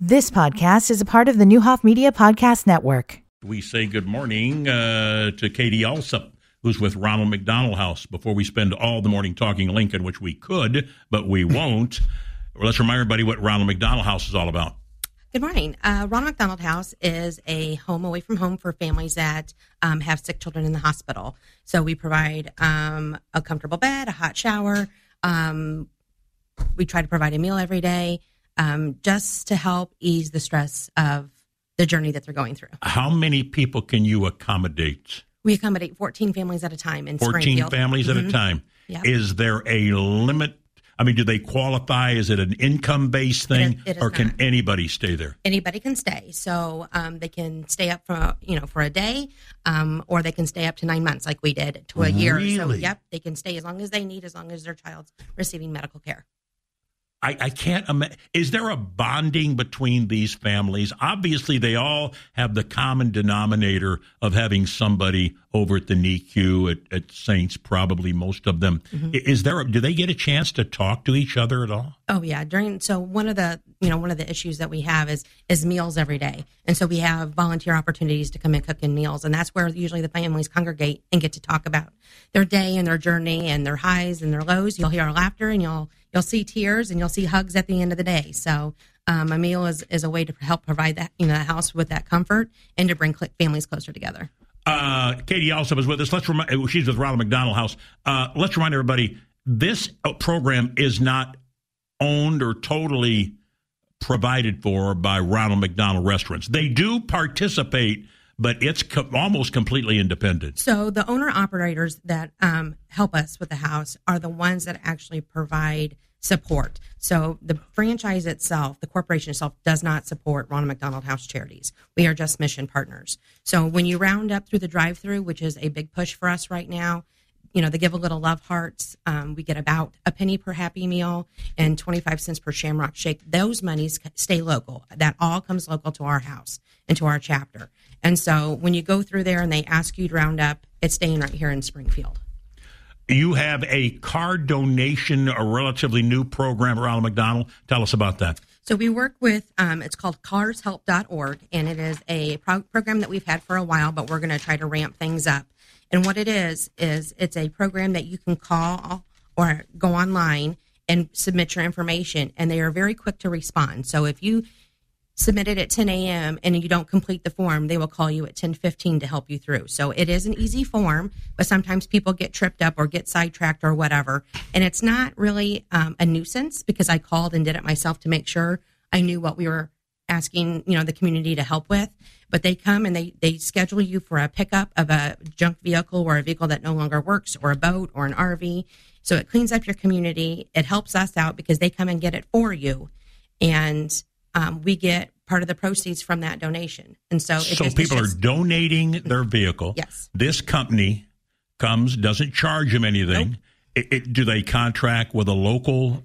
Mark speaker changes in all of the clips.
Speaker 1: This podcast is a part of the Newhoff Media Podcast Network.
Speaker 2: We say good morning uh, to Katie Alsop, who's with Ronald McDonald House. Before we spend all the morning talking Lincoln, which we could, but we won't, well, let's remind everybody what Ronald McDonald House is all about.
Speaker 3: Good morning. Uh, Ronald McDonald House is a home away from home for families that um, have sick children in the hospital. So we provide um, a comfortable bed, a hot shower. Um, we try to provide a meal every day um, just to help ease the stress of the journey that they're going through.
Speaker 2: How many people can you accommodate?
Speaker 3: We accommodate 14 families at a time in
Speaker 2: 14
Speaker 3: Springfield.
Speaker 2: families at a
Speaker 3: Mhm.
Speaker 2: time.
Speaker 3: Yeah.
Speaker 2: Is there a limit? I mean, do they qualify? Is it an income based
Speaker 3: It
Speaker 2: thing?
Speaker 3: is- it is
Speaker 2: or can
Speaker 3: not.
Speaker 2: anybody stay there?
Speaker 3: Anybody can stay. So um, they can stay up for, you know, for a day um, or they can stay up to nine months like we did to a year. So,
Speaker 2: Really?
Speaker 3: yep, they can stay as long as they need, as long as their child's receiving medical care.
Speaker 2: I, I can't imagine. Is there a bonding between these families? Obviously, they all have the common denominator of having somebody over at the NICU at, at Saints. Probably most of them. I- Is there? A, do they get a chance to talk to each other at all?
Speaker 3: Oh yeah, during so one of the you know one of the issues that we have is is meals every day, and so we have volunteer opportunities to come and cook in meals, and that's where usually the families congregate and get to talk about their day and their journey and their highs and their lows. You'll hear laughter and you'll you'll see tears and you'll see hugs at the end of the day. So um, a meal is is a way to help provide that you know the house with that comfort and to bring cl- families closer together.
Speaker 2: Uh, Katie also is with us. Let's remind. She's with Ronald McDonald House. Uh, let's remind everybody: this uh, program is not owned or totally provided for by Ronald McDonald Restaurants. They do participate, but it's co- almost completely independent.
Speaker 3: So the owner operators that um, help us with the house are the ones that actually provide support. So the franchise itself, the corporation itself, does not support Ronald McDonald House Charities. We are just mission partners. So when you round up through the drive-through, which is a big push for us right now, you know, they give a little love hearts. Um, we get about a penny per happy meal and 25 cents per shamrock shake. Those monies c- stay local. That all comes local to our house and to our chapter. And so when you go through there and they ask you to round up, it's staying right here in Springfield.
Speaker 2: You have a car donation, a relatively new program, Ronald McDonald. Tell us about that.
Speaker 3: So we work with, um, it's called carshelp.org, and it is a pro- program that we've had for a while, but we're going to try to ramp things up. And what it is, is it's a program that you can call or go online and submit your information, and they are very quick to respond. So if you submitted at 10 a.m. and you don't complete the form, they will call you at 10:15 to help you through. So it is an easy form, but sometimes people get tripped up or get sidetracked or whatever, and it's not really um, a nuisance because I called and did it myself to make sure I knew what we were asking, you know, the community to help with. But they come and they they schedule you for a pickup of a junk vehicle or a vehicle that no longer works or a boat or an RV. So it cleans up your community. It helps us out because they come and get it for you and um, we get part of the proceeds from that donation. And so, it
Speaker 2: So
Speaker 3: just- it's
Speaker 2: people are
Speaker 3: just-
Speaker 2: donating their vehicle.
Speaker 3: Yes.
Speaker 2: This company comes, doesn't charge them anything. It, it, do they contract with a local?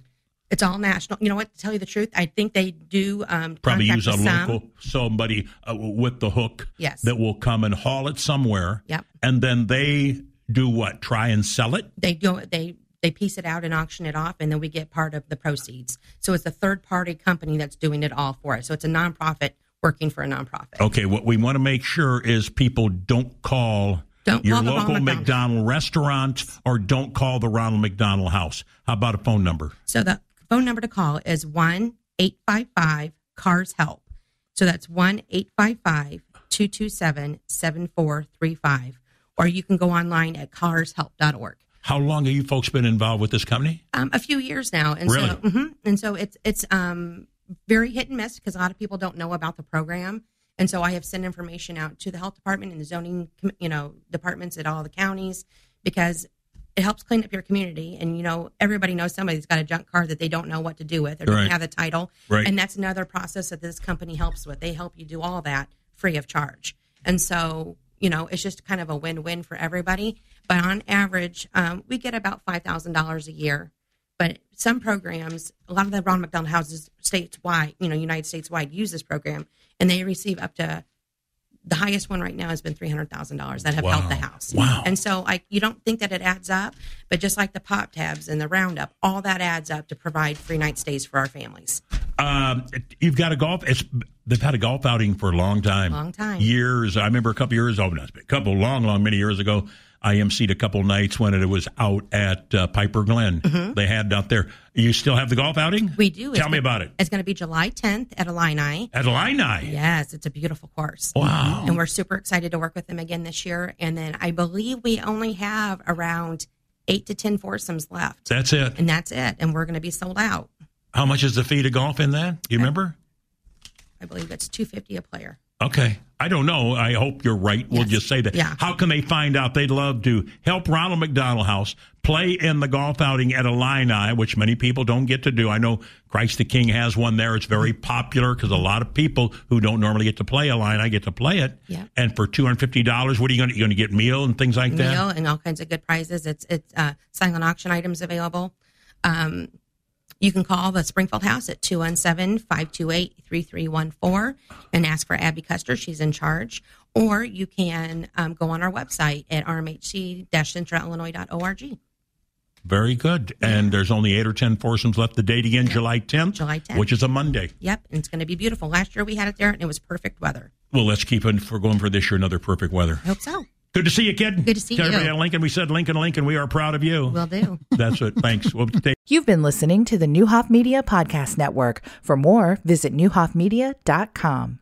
Speaker 3: It's all national. You know what? To tell you the truth, I think they do um,
Speaker 2: Probably
Speaker 3: contract
Speaker 2: use a
Speaker 3: with some.
Speaker 2: local somebody uh, with the hook.
Speaker 3: Yes.
Speaker 2: That will come and haul it somewhere.
Speaker 3: Yep.
Speaker 2: And then they do what? Try and sell it.
Speaker 3: They go. They they piece it out and auction it off, and then we get part of the proceeds. So it's a third party company that's doing it all for us. So it's a nonprofit working for a nonprofit.
Speaker 2: Okay, what we want to make sure is people don't call
Speaker 3: Don't
Speaker 2: your
Speaker 3: call the
Speaker 2: local
Speaker 3: Ronald
Speaker 2: McDonald.
Speaker 3: McDonald.
Speaker 2: restaurant or don't call the Ronald McDonald House. How about a phone number?
Speaker 3: So the phone number to call is 1 855 CARS HELP. So that's 1 855 227 7435. Or you can go online at carshelp.org.
Speaker 2: How long have you folks been involved with this company?
Speaker 3: Um, a few years now. And
Speaker 2: Really?
Speaker 3: so mhm. and so it's it's um, very hit and miss because a lot of people don't know about the program. And so I have sent information out to the health department and the zoning com- you know departments at all the counties because it helps clean up your community and you know everybody knows somebody's got a junk car that they don't know what to do with or
Speaker 2: Right.
Speaker 3: doesn't have a title
Speaker 2: Right.
Speaker 3: and that's another process that this company helps with they help you do all that free of charge and so you know it's just kind of a win-win for everybody but on average um, we get about $5000 a year but some programs, a lot of the Ronald McDonald houses stateswide, you know, United States wide use this program, and they receive up to the highest one right now has been three hundred thousand dollars that have
Speaker 2: Wow.
Speaker 3: helped the house.
Speaker 2: Wow.
Speaker 3: And so, like, you don't think that it adds up, but just like the pop tabs and the roundup, all that adds up to provide free night stays for our families.
Speaker 2: Um, you've got a golf. It's they've had a golf outing for a long time.
Speaker 3: Long time.
Speaker 2: Years. I remember a couple years. Oh, no, it's been a couple long, long, many years ago. I emceed a couple nights when it was out at uh, Piper Glen. They had it out there. You still have the golf outing?
Speaker 3: Mm-hmm. We do.
Speaker 2: Tell
Speaker 3: It's
Speaker 2: me
Speaker 3: go-
Speaker 2: about it.
Speaker 3: It's going to be July 10th at Illini.
Speaker 2: At Illini.
Speaker 3: Yes, it's a beautiful course.
Speaker 2: Wow.
Speaker 3: And we're super excited to work with them again this year. And then I believe we only have around eight to 10 foursomes left.
Speaker 2: That's it.
Speaker 3: And that's it. And we're going to be sold out.
Speaker 2: How much is the fee to golf in that?
Speaker 3: Uh,
Speaker 2: Do you remember?
Speaker 3: I believe it's 250 a player.
Speaker 2: Okay. I don't know. I hope you're right. We'll
Speaker 3: Yes.
Speaker 2: just say that.
Speaker 3: Yeah.
Speaker 2: How can they find out? They'd love to help Ronald McDonald House play in the golf outing at Illini, which many people don't get to do. I know Christ the King has one there. It's very popular because a lot of people who don't normally get to play Illini get to play it.
Speaker 3: Yeah.
Speaker 2: And for $250, what are you going to, you going to get meal and things like that?
Speaker 3: meal and all kinds of good prizes. It's it's uh, silent auction items available. Um, you can call the Springfield House at 217-528-3314 and ask for Abby Custer. She's in charge. Or you can um, go on our website at rmhc-centralillinois.org.
Speaker 2: Very good. And there's only eight or 10 foursomes left. The date again, July 10th,
Speaker 3: July 10th.
Speaker 2: which is a Monday.
Speaker 3: Yep, and it's going to be beautiful. Last year we had it there and it was perfect weather.
Speaker 2: Well, let's keep it for going for this year, another perfect weather.
Speaker 3: I hope so.
Speaker 2: Good to see you, kid.
Speaker 3: Good to see
Speaker 2: Tell
Speaker 3: you.
Speaker 2: Everybody at Lincoln, we said Lincoln, Lincoln. We are proud of you.
Speaker 3: Will do.
Speaker 2: That's it. Thanks. We'll take
Speaker 1: You've been listening to the Newhoff Media Podcast Network. For more, visit newhoffmedia.com.